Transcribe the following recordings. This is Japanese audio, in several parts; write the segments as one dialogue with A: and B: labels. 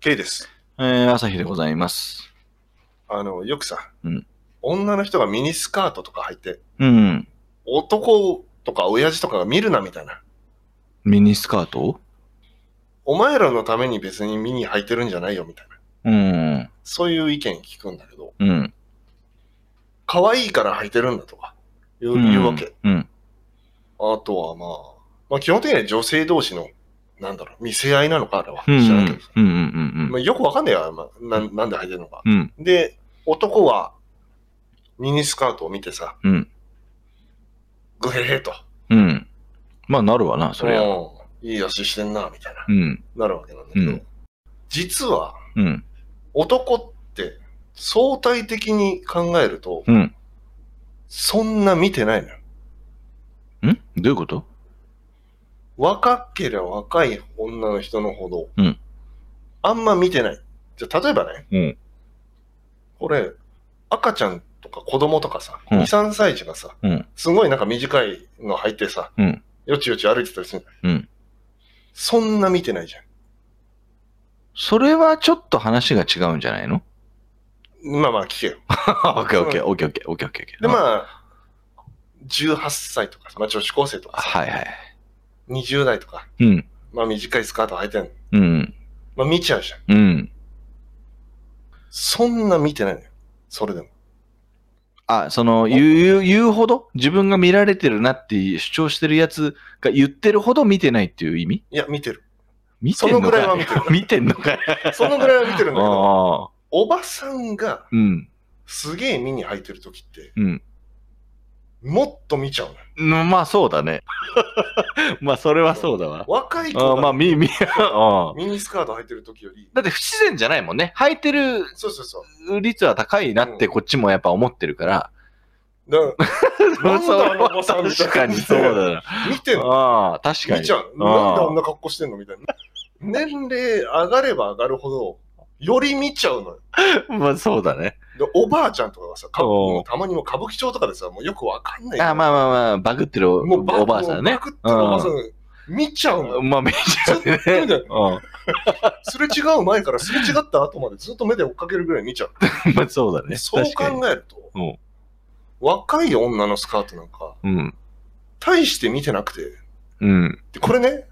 A: K です。
B: えー、朝日でございます。
A: あの、よくさ、
B: うん
A: 女の人がミニスカートとか履いて、
B: うん。
A: 男とか親父とかが見るなみたいな。
B: ミニスカート
A: お前らのために別にミニ履いてるんじゃないよみたいな。
B: うん。
A: そういう意見聞くんだけど、
B: うん。
A: 可愛いから履いてるんだとか、いう言うわけ。。
B: うん。
A: あとはまあ、まあ基本的には女性同士の、なんだろう、見せ合いなのか、あれは。
B: うん。
A: 知らないけどさ。
B: うん。うん。
A: まあ、よくわかんないよ、まあな、なんで履いてるのか。
B: うん。
A: で、男は、ミニスカートを見てさ、
B: うん。
A: グヘヘと。
B: うん。まあ、なるわな、そりゃ。
A: うんいい足してんな、みたいな。
B: うん。
A: なるわけなんだけど、
B: うん
A: 実は、
B: うん。
A: 男って、相対的に考えると、
B: うん。
A: そんな見てないのよ。
B: んどういうこと
A: 若ければ若い女の人のほど、
B: うん
A: あんま見てない。じゃあ例えばね、
B: うん
A: これ、赤ちゃんとか子供とかさ、
B: うん
A: 2、3歳児がさ、
B: うん
A: すごいなんか短いの履いてさ、
B: うん
A: よちよち歩いてたりするじゃん
B: うん
A: そんな見てないじゃ
B: それはちょっと話が違うんじゃな いの
A: ん。まあまあ聞けよ。
B: オッケーオッケーオッケーオッケーオッケーオッケー。
A: で、
B: あ。
A: まあ、18歳とかさ、まあ女子高生とかさ、
B: はいはい。
A: 20代とか、
B: うん。
A: まあ短いスカート履いてんの。
B: うん。
A: まあ見ちゃうじゃん。
B: うん。
A: そんな見てないのよ。それでも。
B: あ、その、言う、言う言うほど、自分が見られてるなっていう主張してるやつが言ってるほど見てないっていう意味
A: いや、見てる。
B: 見てんのか
A: そのぐらいは見てる
B: 見てんのかよ
A: そのぐらいは見てるんだけど、
B: ああ。
A: おばさんが
B: うん。
A: すげえ見に履いてる時って、
B: うん。
A: もっと見ちゃうのよ。
B: のまあそうだね。 まあそれはそうだわ。
A: 若い子
B: あ
A: が
B: まあみ、み、あ
A: ミニスカート履いてる時より、
B: だって不自然じゃないもんね。履いてる
A: そうそうそう。
B: 率は高いなって
A: うん
B: こっちもやっぱ思ってるから。
A: だかなん
B: そ
A: だあ
B: う
A: のおばさんみたい
B: 確
A: な
B: かにそうだな。
A: ら見てんの。
B: ああ、確か
A: 見
B: に
A: ち。ゃう。
B: あー
A: なんであんな格好してんのみたいな。年齢上がれば上がるほど、より見ちゃうのよ。
B: まあそうだね。
A: でおばあちゃんとかがさ、か
B: おー
A: たまにも歌舞伎町とかでさ、もうよくわかんない
B: ああまあまあまあ、バグってるお
A: もうバ
B: おばあさんね
A: バ。クってるおばあさん、見ちゃうのよ。
B: まあめちゃ
A: ずっと見
B: ね。
A: てる
B: う
A: すれ違う前からすれ違った後までずっと目で追っかけるぐらい見ち ゃう。
B: ん。まあそうだね。
A: そう
B: 確かに。
A: 考える
B: うん
A: と、若い女のスカートなんか、
B: うん。
A: 大して見てなくて、
B: うん。
A: でこれね、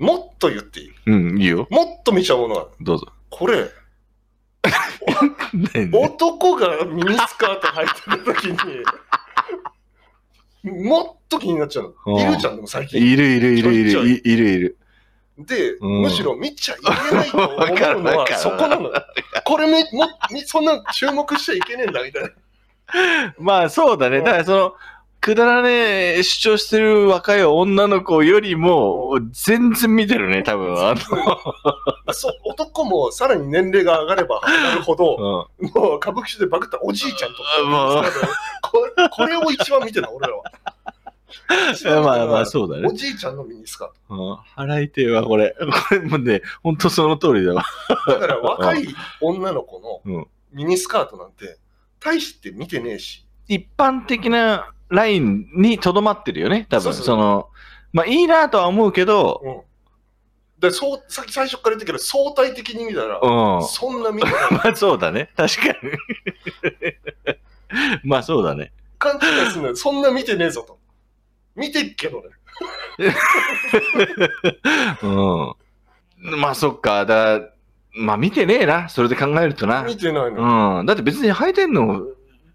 A: もっと言っていい。
B: うん、いいよ。
A: もっと見ちゃうものがある。
B: どうぞ。
A: これ、男がミニスカート履いてるとき に、もっと気になっちゃうの。いるじゃん、でも最近。
B: いるいるいるい
A: ちょ
B: る、
A: い
B: いいるいる。
A: で、
B: うん
A: むしろ見ちゃいけないと思
B: わかる
A: うの
B: わ
A: は
B: かる
A: そこなのよ。これめ、も、みそんな注目しちゃいけねえんだ、みたいな。
B: まあそうだね。
A: うん
B: だからその、くだらねえ主張してる若い女の子よりも、全然見てるね、多分。あ
A: そう、男もさらに年齢が上がれば上がるほど、
B: の、
A: もう歌舞伎町でバグったおじいちゃんと
B: うんもう
A: か、これこれを一番見てた、俺らは。
B: まあまあそうだ
A: お
B: ね。
A: じいちゃんのミニスカ
B: うん払い手はこれ。これもね、ほんとその通りだわ。
A: ート。だから若い女の子
B: う
A: の
B: ん
A: ミニスカートなんて、大して見てねえし、
B: 一般的なラインにとどまってるよね、多
A: そう
B: 分。
A: そう
B: その、まあいいなとは思うけど、
A: うん。で、そう、さっき最初から言ったけど、相対的に見たら
B: う、ん。
A: そんな見てない。
B: まあそうだね。確かに。 まあそうだね。
A: 勘違いすんな よ。そんな見てねえぞと。見てっけどね。
B: うん。まあそっか。だからまあ見てねえな。それで考えるとな。
A: 見てないのよ。
B: うん。だって別に履いてんの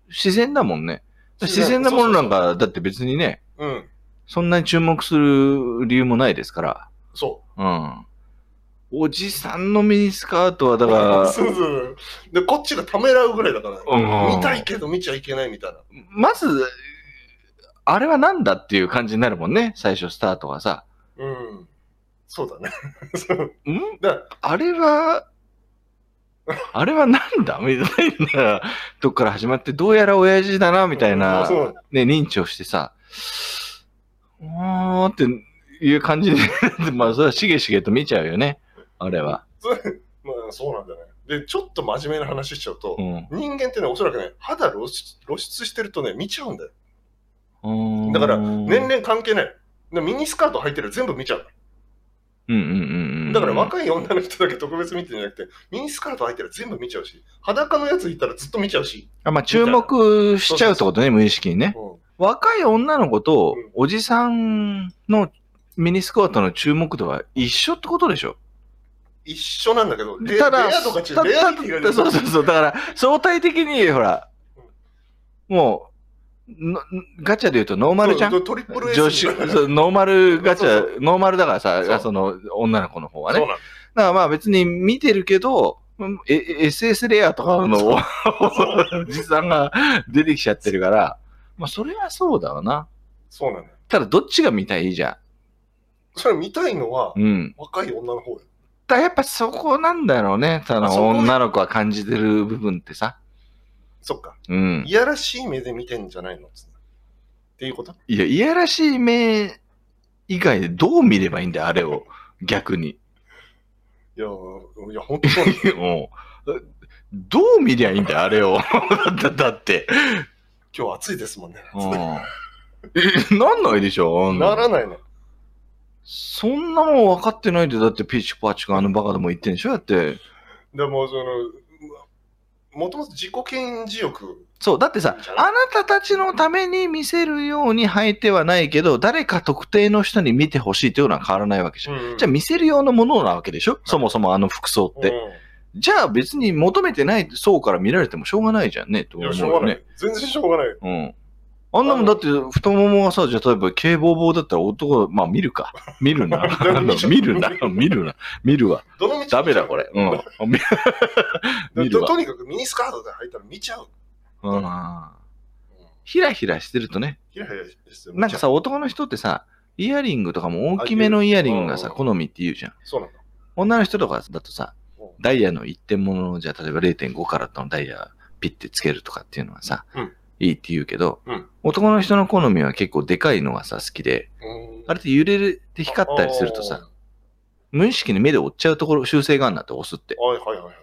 B: 自然だもんね。自然なものなんか、だって別にね、
A: うん。
B: そんなに注目する理由もないですから。
A: そ
B: うん。おじさんのミニスカートは、だ
A: う。
B: か
A: そうそうそう。で、こっちがためらうぐらいだから。
B: ら、うん
A: 見たいけど見ちゃいけないみたいな。
B: まず、あれはなんだっていう感じになるもんね。最初スタートはさ。
A: うん。そうだね。 そう
B: うん
A: だか
B: あれは、あれはなんだ みたいなとこから始まって、どうやら親父だな、みたい
A: ら
B: な、
A: そう
B: ね、認知をしてさ、うーんっていう感じで、 まあ、それはしげしげと見ちゃうよね、あれは。
A: まあ、そうなんだね。で、ちょっと真面目な話しちゃうと、
B: うん。
A: 人間ってね、おそらくね、肌露出露出してるとね、見ちゃうんだよ。
B: うーん
A: だから、年、齢関係ない。でミニスカート履いてる全部見ちゃう。
B: うんうんうんうん。
A: だから若い女の人だけ特別見てるんじゃなくて、ミニスカート履いたら全部見ちゃうし、裸のやついたらずっと見ちゃうし。
B: あまあ、注目しちゃうってことね、無意識にね。
A: うん
B: 若い女の子と
A: うん
B: おじさんのミニスカートの注目度は一緒ってことでしょ
A: 一緒なんだけど、レ
B: ただ、
A: レア度が違
B: た
A: う。レアリティが
B: たそうそうそう、だから相対的に、ほら、もう、のガチャで言うとノーマルじゃん
A: トリプル S
B: 女子、そうノーマルガチ
A: そう
B: ャ、ノーマルだから
A: そう
B: さ、その女の子の方はね。
A: そう
B: だ
A: な
B: からまあ別に見てるけど、うんえ SS レアとかの おじさんが出てきちゃってるから、まあそれはそうだろうな。
A: そうなんだよ。
B: ただどっちが見たいじゃ
A: それ見たいのは
B: ん。うん。
A: 若い女の方よ。
B: だからやっぱそこなんだろうね。そ
A: あそ
B: の
A: こね
B: 女の子は感じてる部分ってさ。
A: そっか。
B: うん。
A: いやらしい目で見てんじゃないのつってっていうこと
B: いや、いやらしい目以外でどう見ればいいんだよ、あれを。逆に。
A: いやー、いや、本当に。
B: もう、どう見りゃいいんだよ、あれを。 だだって。
A: 今日暑いですもんね。
B: うん。 なんないでしょあん
A: な
B: な
A: らないの。
B: そんなもん分かってないで、だってピッチパッチがあのバカでも言ってんでしょだって。
A: でも、その、もともと自己顕示欲。
B: そう、だってさ、あなたたちのために見せるように履いてはないけど、誰か特定の人に見てほしいっていうのは変わらないわけじゃん。
A: うん
B: じゃあ見せる用のものなわけでしょそもそもあの服装って。じゃあ別に求めてない層から見られてもしょうがないじゃんね、と
A: うんいや、
B: 思う
A: しょう
B: よ
A: がな
B: ね
A: い。。全然しょうがない。
B: うん。あんなもんだって太ももがさ、じゃあ例えば警棒棒だったら男、まあ見るか。見 るな。なんだ見るな。見るな。見るわ。
A: どの道
B: ダメだこれ。う ん。見見る
A: と
B: わ。
A: とにかくミニスカートで履いたら見ちゃう。
B: うん。
A: うん
B: ひらひらしてるとね。
A: ヒラヒラしてる
B: なんか、さ、男の人ってさ、イヤリングとかも大きめ
A: あ
B: の
A: 言う
B: イヤリングが
A: う
B: さ、
A: ん
B: 好みって言うじゃん。
A: そうなんだ。
B: 女の人とかだとさ
A: うん、
B: ダイヤの一点物の、じゃあ例えば0.5カラットのダイヤピッてつけるとかっていうのはさ、
A: うん
B: いいって言うけど、
A: うん
B: 男の人の好みは結構でかいのがさ、好きで、
A: うん
B: あれって揺れるって光ったりするとさ、。無意識に目で追っちゃうところ、修正があるんだって押すって。だか
A: はいはいはいはい。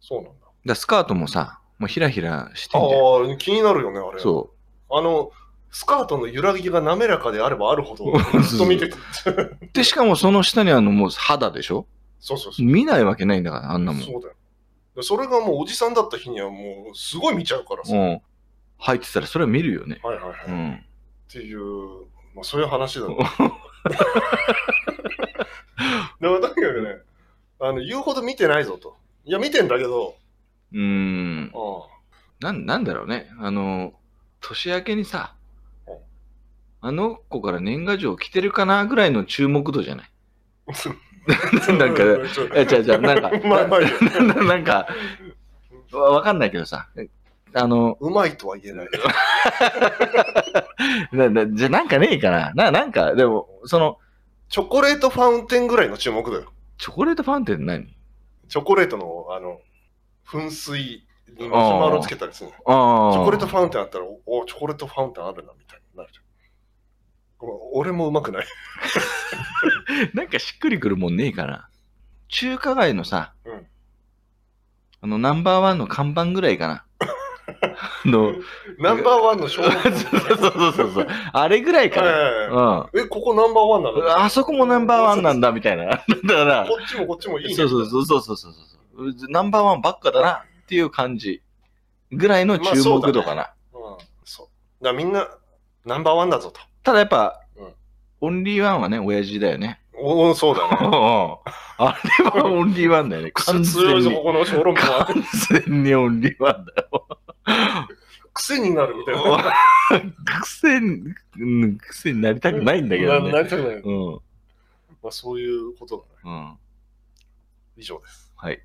A: そうなんだ。
B: らスカートもさ、もうヒラヒラしてんだよ。
A: ああ、気になるよね、あれ。
B: そ
A: あの、スカートの揺らぎが滑らかであればある ほど
B: う、ん
A: ずっと見てた。
B: う。で、しかもその下にあのもう肌でしょ
A: そうそうそう。
B: 見ないわけないんだから、あんなもん。
A: そうだよ。それがもうおじさんだった日にはもうすごい見ちゃうからさ。
B: う
A: はい
B: ん。入ってたらそれは見るよね。
A: はいはい。
B: う
A: っ
B: ん。
A: ていう、まあそういう話だね。 でもとにかくね、あの、言うほど見てないぞと。いや、見てんだけど、
B: うーん。
A: あ
B: なん、なんだろうね。あの、年明けにさ
A: うん、
B: あの子から年賀状来てるかなぐらいの注目度 じゃない
A: あ
B: なんか、
A: うちょ
B: え、違う違う、なんか、
A: まあまあいいよ
B: な ななんか、わわかんないけどさ、えあの、
A: うまいとは言えない。
B: ななじゃなんかねえかな。な、なんか、でも、その、
A: チョコレートファウンテンぐらいの注目だよ。
B: チョコレートファンテン何
A: チョコレートの、あの、噴水にマシュマロつけたりするの。
B: ああ。
A: チョコレートファウンテンあったら、おお、チョコレートファウンテンあるな、み たいになるじゃん。ごめん俺もうまくない。
B: なんかしっくりくるもんねえかな。中華街のさ、
A: うん
B: あの、ナンバーワンの看板ぐらい かな。あの、
A: ナンバーワンの小
B: そう
A: 学校
B: そうそうそう。あれぐらいかな。
A: え
B: うん。
A: ええ、ここナンバーワンなの
B: あそこもナンバーワンなんだみたいな。だから、
A: こっちもこっちもいいね。
B: そうそうそうそうそうそうそう。ナンバーワンばっかだなっていう感じぐらいの注目度かな。
A: まうん、そう。だからみんな、ナンバーワンだぞと。
B: ただやっぱ、
A: うん
B: オンリーワンはね、親父だよね。
A: おお、そうだ
B: うん
A: ね。
B: あれはオンリーワンだよね。
A: く
B: 完
A: そ
B: 全
A: 強いぞ、
B: に
A: こ。この小籠包は。
B: 完全にオンリーワンだよ。
A: 癖になるみたい な。
B: 癖に、うん癖になりたくないんだけど
A: な
B: ね。
A: なりたくない。
B: うん。
A: まあ、そういうことだね。
B: うん。
A: 以上です。
B: はい。